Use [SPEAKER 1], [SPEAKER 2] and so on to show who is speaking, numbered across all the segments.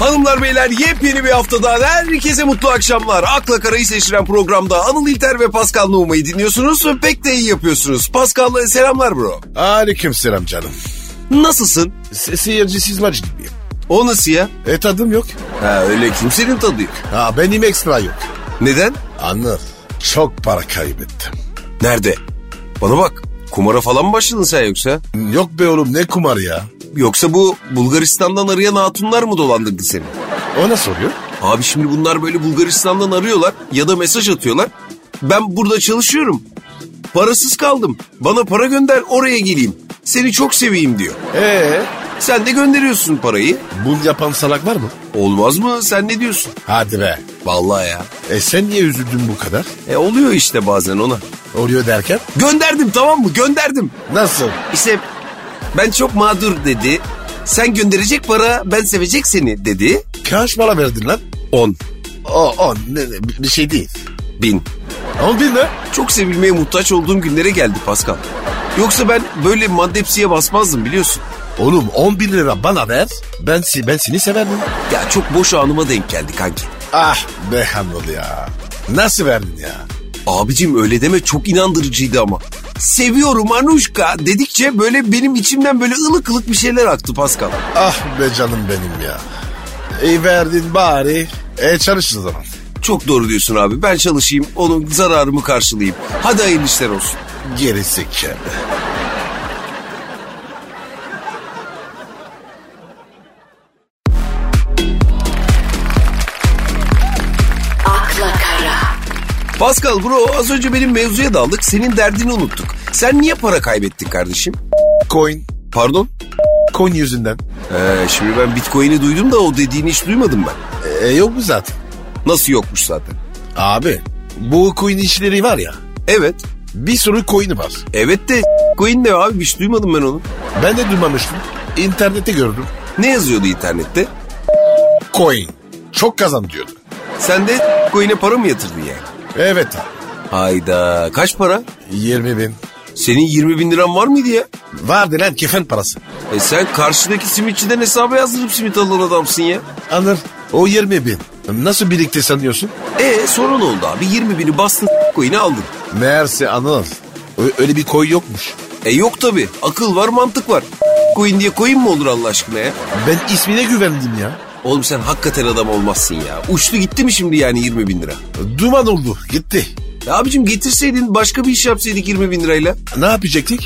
[SPEAKER 1] Hanımlar beyler yepyeni bir haftadan herkese mutlu akşamlar. Akla karayı seçilen programda Anıl İlter ve Pascal Numa'yı dinliyorsunuz. Pek de iyi yapıyorsunuz. Pascal selamlar bro.
[SPEAKER 2] Aleyküm selam canım.
[SPEAKER 1] Nasılsın?
[SPEAKER 2] Se- seyircisiz maç gitmiyor.
[SPEAKER 1] O nasıl ya?
[SPEAKER 2] E tadım yok.
[SPEAKER 1] Ha öyle kimsenin tadı yok.
[SPEAKER 2] Ha benim ekstra yok.
[SPEAKER 1] Neden?
[SPEAKER 2] Anıl çok para kaybettim.
[SPEAKER 1] Nerede? Bana bak. Kumara falan mı başladın sen yoksa?
[SPEAKER 2] Yok be oğlum ne kumar ya.
[SPEAKER 1] Yoksa bu Bulgaristan'dan arayan hatunlar mı dolandırdı seni?
[SPEAKER 2] O ne soruyor?
[SPEAKER 1] Abi şimdi bunlar böyle Bulgaristan'dan arıyorlar ya da mesaj atıyorlar. Ben burada çalışıyorum. Parasız kaldım. Bana para gönder oraya geleyim. Seni çok seveyim diyor.
[SPEAKER 2] Ee
[SPEAKER 1] Sen de gönderiyorsun parayı.
[SPEAKER 2] bul yapan salak var mı?
[SPEAKER 1] Olmaz mı? Sen ne diyorsun?
[SPEAKER 2] Hadi be.
[SPEAKER 1] Vallahi ya.
[SPEAKER 2] E sen niye üzüldün bu kadar?
[SPEAKER 1] E oluyor işte bazen ona.
[SPEAKER 2] Oluyor derken?
[SPEAKER 1] Gönderdim tamam mı? Gönderdim.
[SPEAKER 2] Nasıl?
[SPEAKER 1] İşte ben çok mağdur dedi. Sen gönderecek para ben sevecek seni dedi.
[SPEAKER 2] Kaç para verdin lan?
[SPEAKER 1] 10
[SPEAKER 2] O, o ne, ne, bir şey değil.
[SPEAKER 1] bin.
[SPEAKER 2] On bin ne?
[SPEAKER 1] Çok sevilmeye muhtaç olduğum günlere geldi Pascal. Yoksa ben böyle maddepsiye basmazdım biliyorsun.
[SPEAKER 2] Oğlum on bin lira bana ver. Ben, si- ben seni severdim.
[SPEAKER 1] Ya çok boş anıma denk geldi kanki.
[SPEAKER 2] Ah be Anıl ya. Nasıl verdin ya?
[SPEAKER 1] Abicim öyle deme çok inandırıcıydı ama. Seviyorum Anuşka dedikçe böyle benim içimden böyle ılık ılık bir şeyler aktı Pascal.
[SPEAKER 2] Ah be canım benim ya. İyi verdin bari. E çalış o zaman.
[SPEAKER 1] Çok doğru diyorsun abi ben çalışayım onun zararımı karşılayayım. Hadi hayırlı işler olsun.
[SPEAKER 2] Gerisi kendi.
[SPEAKER 3] akla kara,
[SPEAKER 1] Pascal bro az önce benim mevzuya daldık senin derdini unuttuk. Sen niye para kaybettin kardeşim?
[SPEAKER 2] Coin.
[SPEAKER 1] Pardon?
[SPEAKER 2] Coin yüzünden.
[SPEAKER 1] Ee, şimdi ben bitcoin'i duydum da o dediğini hiç duymadım ben.
[SPEAKER 2] E, yok mu zaten?
[SPEAKER 1] Nasıl yokmuş zaten?
[SPEAKER 2] Abi bu coin işleri var ya.
[SPEAKER 1] Evet.
[SPEAKER 2] Bir sürü coin'i var.
[SPEAKER 1] Evet de coin ne abi hiç duymadım ben onu.
[SPEAKER 2] Ben de duymamıştım. İnternette gördüm.
[SPEAKER 1] Ne yazıyordu internette?
[SPEAKER 2] Coin. Çok kazan diyordu.
[SPEAKER 1] Sen de coin'e para mı yatırdın yani?
[SPEAKER 2] Evet abi.
[SPEAKER 1] Hayda kaç para?
[SPEAKER 2] 20 bin.
[SPEAKER 1] Senin 20 bin liran var mıydı ya?
[SPEAKER 2] Vardı lan kefen parası.
[SPEAKER 1] E sen karşıdaki simitçiden hesaba yazdırıp simit alan adamsın ya.
[SPEAKER 2] Anır. O 20 bin. Nasıl birikti sanıyorsun?
[SPEAKER 1] E sonra ne oldu abi? 20 bini bastın coin'i aldın.
[SPEAKER 2] Meğerse Anıl. ö- Öyle bir coin yokmuş.
[SPEAKER 1] E yok tabi akıl var mantık var. Coin diye coin mi olur Allah aşkına ya?
[SPEAKER 2] Ben ismine güvendim ya.
[SPEAKER 1] Oğlum sen hakikaten adam olmazsın ya. Uçtu gitti mi şimdi yani 20 bin lira?
[SPEAKER 2] Duman oldu. Gitti.
[SPEAKER 1] Ya abicim getirseydin başka bir iş yapsaydık 20 bin lirayla.
[SPEAKER 2] Ne yapacaktık?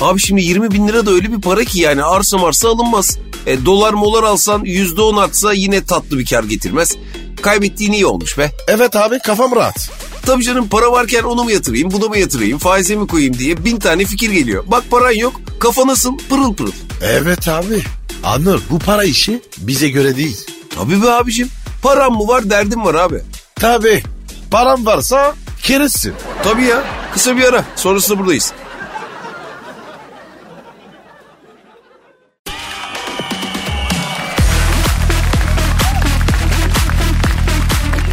[SPEAKER 1] Abi şimdi 20 bin lira da öyle bir para ki yani arsa marsa alınmaz. E, dolar molar alsan %10 artsa yine tatlı bir kar getirmez. Kaybettiğin iyi olmuş be.
[SPEAKER 2] Evet abi kafam rahat.
[SPEAKER 1] Tabii canım para varken onu mu yatırayım buna mı yatırayım faize mi koyayım diye bin tane fikir geliyor. Bak paran yok kafa nasıl pırıl pırıl.
[SPEAKER 2] Evet abi. Anır bu para işi bize göre değil.
[SPEAKER 1] Tabii be abicim param mı var derdim var abi.
[SPEAKER 2] Tabi param varsa kerizsin.
[SPEAKER 1] Tabii ya kısa bir ara sonrasında buradayız.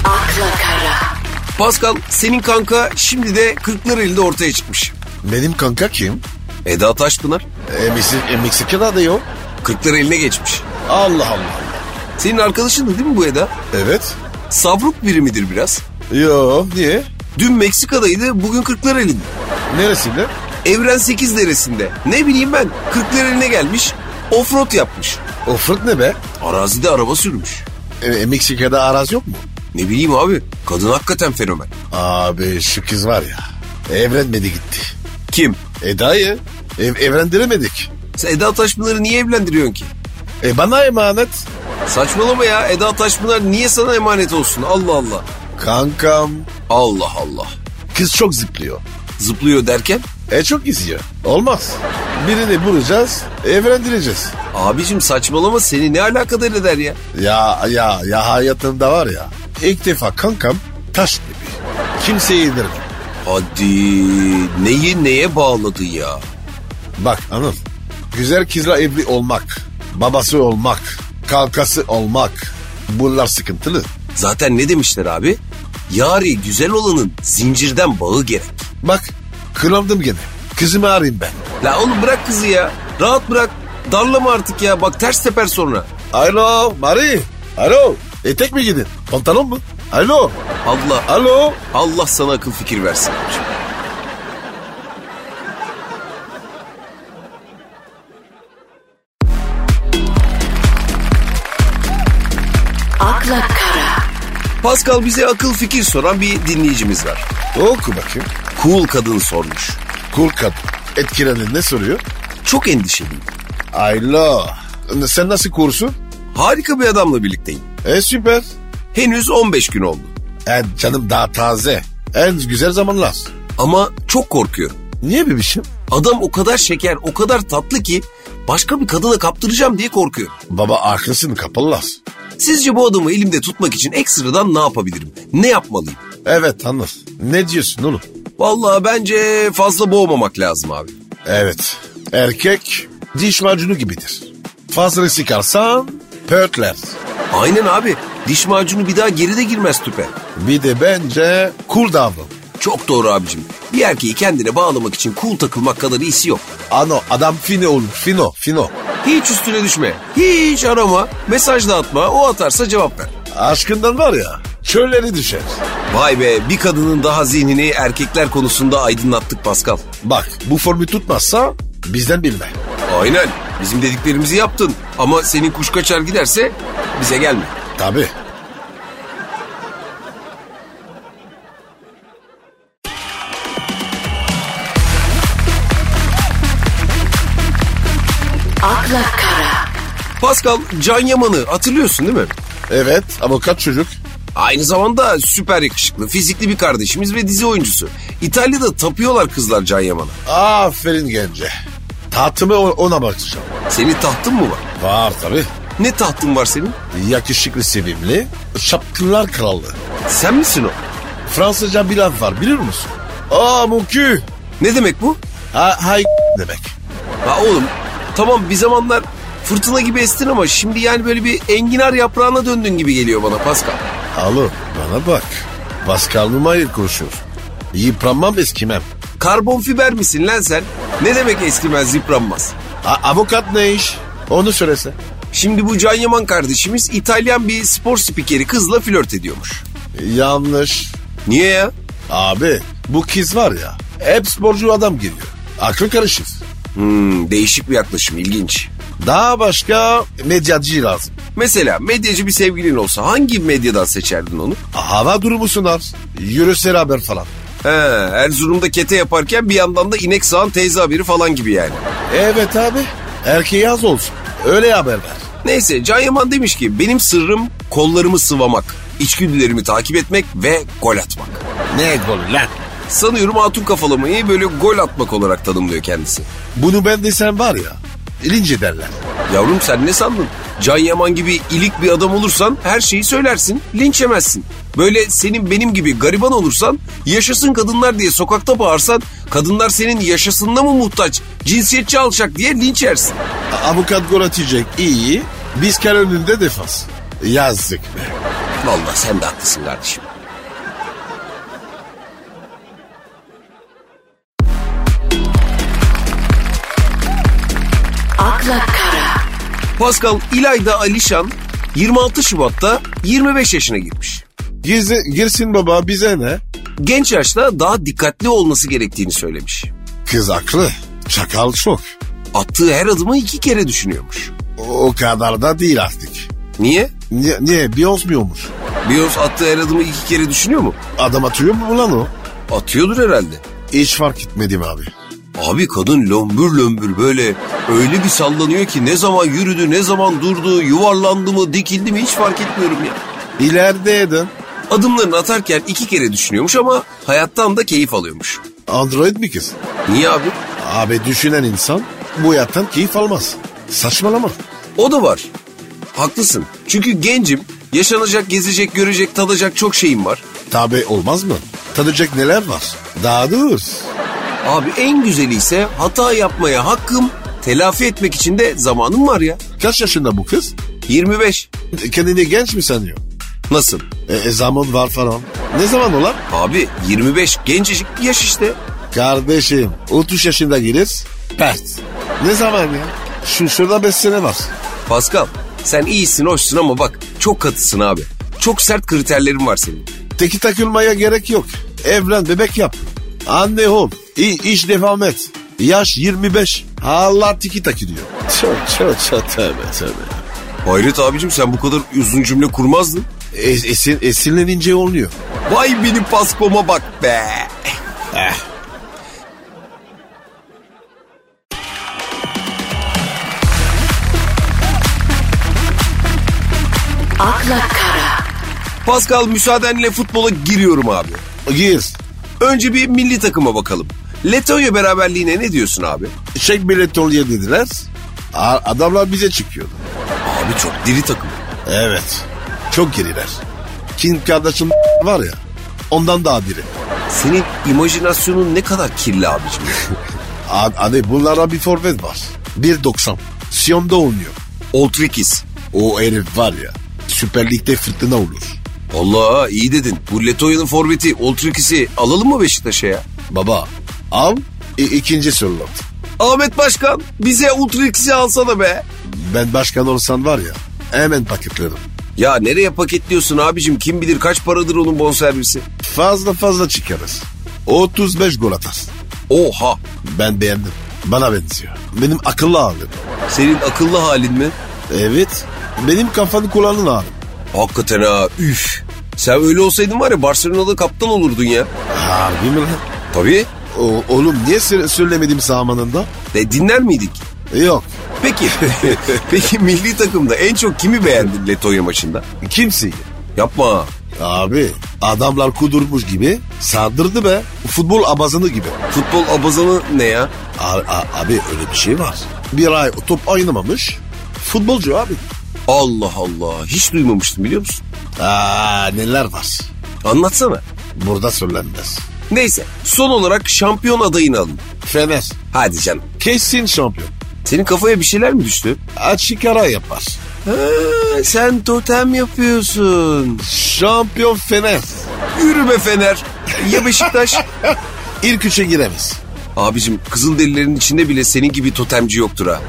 [SPEAKER 3] akla kara,
[SPEAKER 1] Pascal senin kanka şimdi de 40'lar elde ortaya çıkmış.
[SPEAKER 2] Benim kanka kim?
[SPEAKER 1] Eda Taşpınar
[SPEAKER 2] E, Meksi- e, Meksika'da yok.
[SPEAKER 1] 40'lar eline geçmiş.
[SPEAKER 2] Allah Allah.
[SPEAKER 1] Senin arkadaşındı değil mi bu Eda?
[SPEAKER 2] Evet.
[SPEAKER 1] Savruk biri midir biraz?
[SPEAKER 2] Yo niye?
[SPEAKER 1] Dün Meksika'daydı, bugün Kırklareli'de.
[SPEAKER 2] Neresinde?
[SPEAKER 1] Evren 8 neresinde? Ne bileyim ben, Kırklareli'ne gelmiş, offroad yapmış.
[SPEAKER 2] O fırt ne be?
[SPEAKER 1] Arazide araba sürmüş.
[SPEAKER 2] E, e, Meksika'da araz yok mu?
[SPEAKER 1] Ne bileyim abi, kadın hakikaten fenomen.
[SPEAKER 2] Abi şu kız var ya. Evlenmedi gitti.
[SPEAKER 1] Kim?
[SPEAKER 2] Eda'yı ev, evlendiremedik.
[SPEAKER 1] Sen Eda Taşpınar'ı niye evlendiriyorsun ki?
[SPEAKER 2] E bana emanet.
[SPEAKER 1] Saçmalama ya, Eda Taşpınar niye sana emanet olsun? Allah Allah.
[SPEAKER 2] Kankam.
[SPEAKER 1] Allah Allah.
[SPEAKER 2] Kız çok zıplıyor.
[SPEAKER 1] Zıplıyor derken?
[SPEAKER 2] E çok izliyor. Olmaz. Birini bulacağız, evlendireceğiz.
[SPEAKER 1] Abicim saçmalama seni ne alakadar eder ya?
[SPEAKER 2] Ya ya ya hayatımda var ya. İlk defa kankam taş gibi. Kimseyi yedirdim.
[SPEAKER 1] Hadi neyi neye bağladı ya?
[SPEAKER 2] Bak hanım. Güzel kızla evli olmak, babası olmak, kalkası olmak. Bunlar sıkıntılı.
[SPEAKER 1] Zaten ne demişler abi? Yari güzel olanın zincirden bağı gerek.
[SPEAKER 2] Bak kırandım gene. Kızımı arayayım ben.
[SPEAKER 1] La oğlum bırak kızı ya. Rahat bırak. Darlama artık ya. Bak ters teper sonra.
[SPEAKER 2] Alo Mari. Alo. Etek mi gidin? Pantolon mu? Alo.
[SPEAKER 1] Allah
[SPEAKER 2] Alo.
[SPEAKER 1] Allah sana akıl fikir versin. abicim.
[SPEAKER 3] akla kara,
[SPEAKER 1] Pascal bize akıl fikir soran bir dinleyicimiz var.
[SPEAKER 2] Oku bakayım.
[SPEAKER 1] Cool kadın sormuş.
[SPEAKER 2] Kul kadın. Etkilenen ne soruyor?
[SPEAKER 1] Çok endişeliyim.
[SPEAKER 2] Alo. Sen nasıl kursun?
[SPEAKER 1] Harika bir adamla birlikteyim.
[SPEAKER 2] E süper.
[SPEAKER 1] Henüz 15 gün oldu.
[SPEAKER 2] E, canım daha taze. En güzel zamanlar.
[SPEAKER 1] Ama çok korkuyorum.
[SPEAKER 2] Niye bebişim?
[SPEAKER 1] Adam o kadar şeker, o kadar tatlı ki başka bir kadına kaptıracağım diye korkuyorum.
[SPEAKER 2] Baba arkasını kapalılar.
[SPEAKER 1] Sizce bu adamı elimde tutmak için ekstradan ne yapabilirim? Ne yapmalıyım?
[SPEAKER 2] Evet anlat. Ne diyorsun oğlum?
[SPEAKER 1] Vallahi bence fazla boğmamak lazım abi.
[SPEAKER 2] Evet. Erkek diş macunu gibidir. Fazla sıkarsan pörtler.
[SPEAKER 1] Aynen abi. Diş macunu bir daha geri de girmez tüpe.
[SPEAKER 2] Bir de bence kul davran.
[SPEAKER 1] Çok doğru abicim. Bir erkeği kendine bağlamak için cool takılmak kadar iyisi yok.
[SPEAKER 2] Ano adam fino olur. Fino fino.
[SPEAKER 1] Hiç üstüne düşme. Hiç arama. Mesaj da atma. O atarsa cevap ver.
[SPEAKER 2] Aşkından var ya çölleri düşer.
[SPEAKER 1] Vay be bir kadının daha zihnini erkekler konusunda aydınlattık Pascal.
[SPEAKER 2] Bak bu formu tutmazsa bizden bilme.
[SPEAKER 1] Aynen. Bizim dediklerimizi yaptın. Ama senin kuş kaçar giderse bize gelme.
[SPEAKER 2] Tabi.
[SPEAKER 3] akla kara,
[SPEAKER 1] Pascal Can Yaman'ı hatırlıyorsun değil mi?
[SPEAKER 2] Evet avukat çocuk.
[SPEAKER 1] Aynı zamanda süper yakışıklı, fizikli bir kardeşimiz ve dizi oyuncusu. İtalya'da tapıyorlar kızlar Can Yaman'a.
[SPEAKER 2] Aferin gence. Tahtımı o- ona bakacağım.
[SPEAKER 1] Senin tahtın mı var?
[SPEAKER 2] Var tabi.
[SPEAKER 1] Ne tahtın var senin?
[SPEAKER 2] Yakışıklı sevimli. Şapkınlar kralı.
[SPEAKER 1] Sen misin o?
[SPEAKER 2] Fransızca bir laf var biliyor musun? Aa mukü.
[SPEAKER 1] Ne demek bu?
[SPEAKER 2] Ha, hay demek.
[SPEAKER 1] Ha oğlum tamam bir zamanlar fırtına gibi estin ama şimdi yani böyle bir enginar yaprağına döndün gibi geliyor bana Pascal.
[SPEAKER 2] Alo bana bak. Pascal Numayır konuşuyor. Yıpranmam eskimem.
[SPEAKER 1] Karbon fiber misin lan sen? Ne demek eskimez yıpranmaz?
[SPEAKER 2] A- avukat ne iş? Onu söylese.
[SPEAKER 1] Şimdi bu Can Yaman kardeşimiz İtalyan bir spor spikeri kızla flört ediyormuş.
[SPEAKER 2] Yanlış.
[SPEAKER 1] Niye ya?
[SPEAKER 2] Abi bu kız var ya hep sporcu adam geliyor. Aklı karışır.
[SPEAKER 1] Hmm, değişik bir yaklaşım ilginç.
[SPEAKER 2] Daha başka medyacı lazım.
[SPEAKER 1] Mesela medyacı bir sevgilin olsa hangi medyadan seçerdin onu?
[SPEAKER 2] Hava durumu sunar. Yürüsel haber falan.
[SPEAKER 1] He, Erzurum'da kete yaparken bir yandan da inek sağan teyze haberi falan gibi yani.
[SPEAKER 2] Evet abi. Erkeği az olsun. Öyle haber ver.
[SPEAKER 1] Neyse Can Yaman demiş ki benim sırrım kollarımı sıvamak, içgüdülerimi takip etmek ve gol atmak.
[SPEAKER 2] Ne golü lan?
[SPEAKER 1] Sanıyorum hatun kafalamayı böyle gol atmak olarak tanımlıyor kendisi.
[SPEAKER 2] Bunu ben desem var ya. linç derler.
[SPEAKER 1] Yavrum sen ne sandın? Can Yaman gibi ilik bir adam olursan her şeyi söylersin, linç yemezsin. Böyle senin benim gibi gariban olursan, yaşasın kadınlar diye sokakta bağırsan, kadınlar senin yaşasınına mı muhtaç, cinsiyetçi alçak diye linç yersin.
[SPEAKER 2] Avukat gol atacak iyi. Biz kar önünde defans. Yazdık be.
[SPEAKER 1] Vallahi sen de haklısın kardeşim.
[SPEAKER 3] akla kara,
[SPEAKER 1] Pascal İlayda Alişan 26 Şubat'ta 25 yaşına girmiş.
[SPEAKER 2] Girsin, girsin baba bize ne?
[SPEAKER 1] Genç yaşta daha dikkatli olması gerektiğini söylemiş.
[SPEAKER 2] Kız aklı. Çakal çok.
[SPEAKER 1] Attığı her adımı iki kere düşünüyormuş.
[SPEAKER 2] O, o kadar da değil artık.
[SPEAKER 1] Niye?
[SPEAKER 2] Niye, niye? Bir olmuyormuş.
[SPEAKER 1] Bios attığı her adımı iki kere düşünüyor mu?
[SPEAKER 2] Adam atıyor mu lan o?
[SPEAKER 1] Atıyordur herhalde.
[SPEAKER 2] Hiç fark etmedim abi.
[SPEAKER 1] Abi kadın lömbür lömbür böyle öyle bir sallanıyor ki ne zaman yürüdü, ne zaman durdu, yuvarlandı mı, dikildi mi hiç fark etmiyorum ya.
[SPEAKER 2] İlerideydin.
[SPEAKER 1] Adımlarını atarken iki kere düşünüyormuş ama hayattan da keyif alıyormuş.
[SPEAKER 2] Android mi kız?
[SPEAKER 1] Niye abi?
[SPEAKER 2] Abi düşünen insan bu hayattan keyif almaz. Saçmalama.
[SPEAKER 1] O da var. Haklısın. Çünkü gencim. Yaşanacak, gezecek, görecek, tadacak çok şeyim var.
[SPEAKER 2] Tabi olmaz mı? Tadacak neler var? Daha dur.
[SPEAKER 1] Abi en güzeli ise hata yapmaya hakkım, telafi etmek için de zamanım var ya.
[SPEAKER 2] Kaç yaşında bu kız? E,
[SPEAKER 1] 25.
[SPEAKER 2] Kendini genç mi sanıyor?
[SPEAKER 1] Nasıl?
[SPEAKER 2] E, e, zaman var falan. Ne zaman olan?
[SPEAKER 1] Abi 25 gencecik bir yaş işte.
[SPEAKER 2] Kardeşim 30 yaşında gelir. Pert. Ne zaman ya? Şu şurada 5 sene var.
[SPEAKER 1] Pascal sen iyisin hoşsun ama bak Çok katısın abi. Çok sert kriterlerin var senin.
[SPEAKER 2] Teki takılmaya gerek yok. Evlen bebek yap. Anne ol. İ- iş devam et. Yaş 25. Allah tiki taki diyor. Çok çok çok tövbe tövbe.
[SPEAKER 1] Hayret abicim sen bu kadar uzun cümle kurmazdın.
[SPEAKER 2] Es, esin, esinlenince e, olmuyor.
[SPEAKER 1] Vay benim paspoma bak be.
[SPEAKER 3] akla kara,
[SPEAKER 1] Pascal müsaadenle futbola giriyorum abi.
[SPEAKER 2] Gir.
[SPEAKER 1] Önce bir milli takıma bakalım. Letonya beraberliğine ne diyorsun abi?
[SPEAKER 2] Çek bilet oluyor Şey dediler. A- adamlar bize çıkıyordu.
[SPEAKER 1] Abi çok diri takım.
[SPEAKER 2] Evet. Çok geriler. Kim kardeşim var ya. Ondan daha biri.
[SPEAKER 1] Senin imajinasyonun ne kadar kirli abicim. ya.
[SPEAKER 2] A- Hani bunlara bir forvet var. 1.90. Siyon'da oynuyor.
[SPEAKER 1] Oltrikis.
[SPEAKER 2] O herif var ya. Süper Lig'de fırtına olur.
[SPEAKER 1] Allah iyi dedin. Bu Letonya'nın forveti Oltrikis'i alalım mı Beşiktaş'a ya?
[SPEAKER 2] Baba al i- ikinci soru.
[SPEAKER 1] Ahmet Başkan bize Oltrikis'i alsana be.
[SPEAKER 2] Ben başkan olsan var ya hemen paketlerim.
[SPEAKER 1] Ya nereye paketliyorsun abicim? Kim bilir kaç paradır onun bonservisi?
[SPEAKER 2] Fazla fazla çıkarız. 35 gol atar.
[SPEAKER 1] Oha!
[SPEAKER 2] Ben beğendim. Bana benziyor. Benim akıllı ağırlığım.
[SPEAKER 1] Senin akıllı halin mi?
[SPEAKER 2] Evet. Benim kafanı kulağının ağrım.
[SPEAKER 1] Hakikaten ha üf. Sen öyle olsaydın var ya Barcelona'da kaptan olurdun ya.
[SPEAKER 2] Harbi mi lan?
[SPEAKER 1] Tabii.
[SPEAKER 2] O- oğlum niye sö- söylemedim zamanında?
[SPEAKER 1] De dinler miydik?
[SPEAKER 2] Yok.
[SPEAKER 1] Peki. Peki milli takımda en çok kimi beğendin Letonya maçında?
[SPEAKER 2] Kimseyi.
[SPEAKER 1] Yapma.
[SPEAKER 2] Abi adamlar kudurmuş gibi sardırdı be. Futbol abazını gibi.
[SPEAKER 1] Futbol abazanı ne ya?
[SPEAKER 2] A- a- abi öyle bir şey var. Bir ay top oynamamış. Futbolcu abi.
[SPEAKER 1] Allah Allah. Hiç duymamıştım biliyor musun?
[SPEAKER 2] Aa, neler var.
[SPEAKER 1] Anlatsana.
[SPEAKER 2] Burada söylenmez.
[SPEAKER 1] Neyse. Son olarak şampiyon adayını alın.
[SPEAKER 2] Fener
[SPEAKER 1] Hadi canım.
[SPEAKER 2] kesin şampiyon.
[SPEAKER 1] Senin kafaya bir şeyler mi düştü?
[SPEAKER 2] Açık ara yapar.
[SPEAKER 1] Ha, sen totem yapıyorsun.
[SPEAKER 2] Şampiyon Fener.
[SPEAKER 1] Yürü be Fener. Ya Beşiktaş?
[SPEAKER 2] İlk üçe giremez.
[SPEAKER 1] Abicim Kızılderililerin içinde bile senin gibi totemci yoktur ha.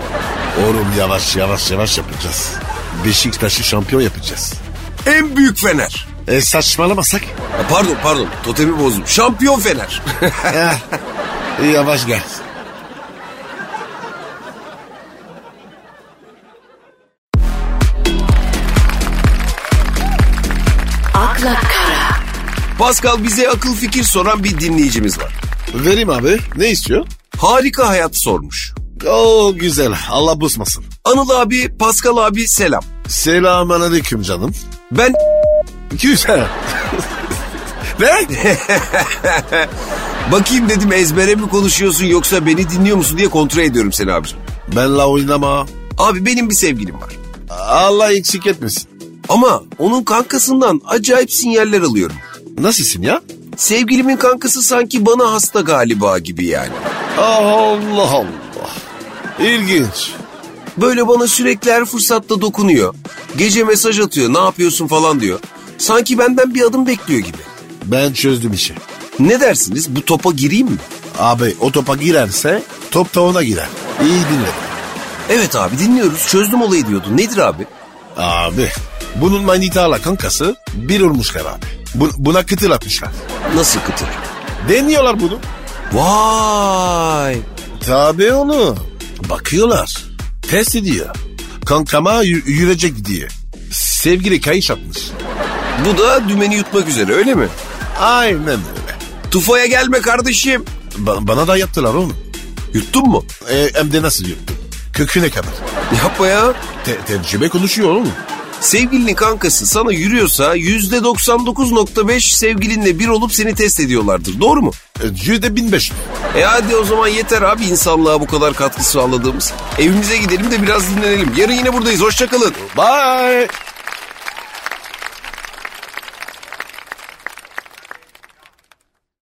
[SPEAKER 2] Oğlum yavaş yavaş yavaş yapacağız. Beşiktaş'ı şampiyon yapacağız.
[SPEAKER 1] En büyük Fener.
[SPEAKER 2] E saçmalamasak?
[SPEAKER 1] Ha, pardon pardon totemi bozdum. Şampiyon Fener.
[SPEAKER 2] Eh, yavaş gel.
[SPEAKER 3] akla kara,
[SPEAKER 1] Pascal bize akıl fikir soran bir dinleyicimiz var.
[SPEAKER 2] Verim abi. Ne istiyor?
[SPEAKER 1] Harika hayat sormuş.
[SPEAKER 2] Oo güzel. Allah bozmasın.
[SPEAKER 1] Anıl abi, Pascal abi selam.
[SPEAKER 2] Selamun aleyküm canım.
[SPEAKER 1] Ben
[SPEAKER 2] Güzel.
[SPEAKER 1] ben bakayım dedim ezbere mi konuşuyorsun yoksa beni dinliyor musun diye kontrol ediyorum seni abicim.
[SPEAKER 2] Benle oynama.
[SPEAKER 1] Abi benim bir sevgilim var.
[SPEAKER 2] Allah eksik etmesin.
[SPEAKER 1] Ama onun kankasından acayip sinyaller alıyorum.
[SPEAKER 2] Nasılsın ya?
[SPEAKER 1] Sevgilimin kankası sanki bana hasta galiba gibi yani.
[SPEAKER 2] Ah, Allah Allah. İlginç.
[SPEAKER 1] Böyle bana sürekli her fırsatta dokunuyor. Gece mesaj atıyor ne yapıyorsun falan diyor. Sanki benden bir adım bekliyor gibi.
[SPEAKER 2] Ben çözdüm işi.
[SPEAKER 1] Ne dersiniz bu topa gireyim mi?
[SPEAKER 2] Abi o topa girerse top da ona girer. İyi dinle.
[SPEAKER 1] Evet abi dinliyoruz çözdüm olayı diyordu. Nedir abi?
[SPEAKER 2] Abi bunun manitala kankası bir olmuşlar abi. Bu- buna kıtır atmışlar.
[SPEAKER 1] Nasıl kıtır?
[SPEAKER 2] Deniyorlar bunu.
[SPEAKER 1] Vay!
[SPEAKER 2] Tabii onu. Bakıyorlar. Test ediyor. Kankama yü- yürüyecek diye. Sevgili kayış atmış.
[SPEAKER 1] Bu da dümeni yutmak üzere öyle mi?
[SPEAKER 2] Aynen öyle.
[SPEAKER 1] Tufaya gelme kardeşim.
[SPEAKER 2] Ba- bana da yaptılar onu.
[SPEAKER 1] Yuttun mu?
[SPEAKER 2] E, hem de nasıl yuttum? Köküne kadar.
[SPEAKER 1] Yapma ya.
[SPEAKER 2] Te- tecrübe konuşuyor oğlum.
[SPEAKER 1] Sevgilinin kankası sana yürüyorsa %99.5 sevgilinle bir olup seni test ediyorlardır. Doğru mu?
[SPEAKER 2] E, Yüzde bin beş.
[SPEAKER 1] E hadi o zaman yeter abi insanlığa bu kadar katkı sağladığımız. Evimize gidelim de biraz dinlenelim. Yarın yine buradayız. Hoşçakalın.
[SPEAKER 2] Bye.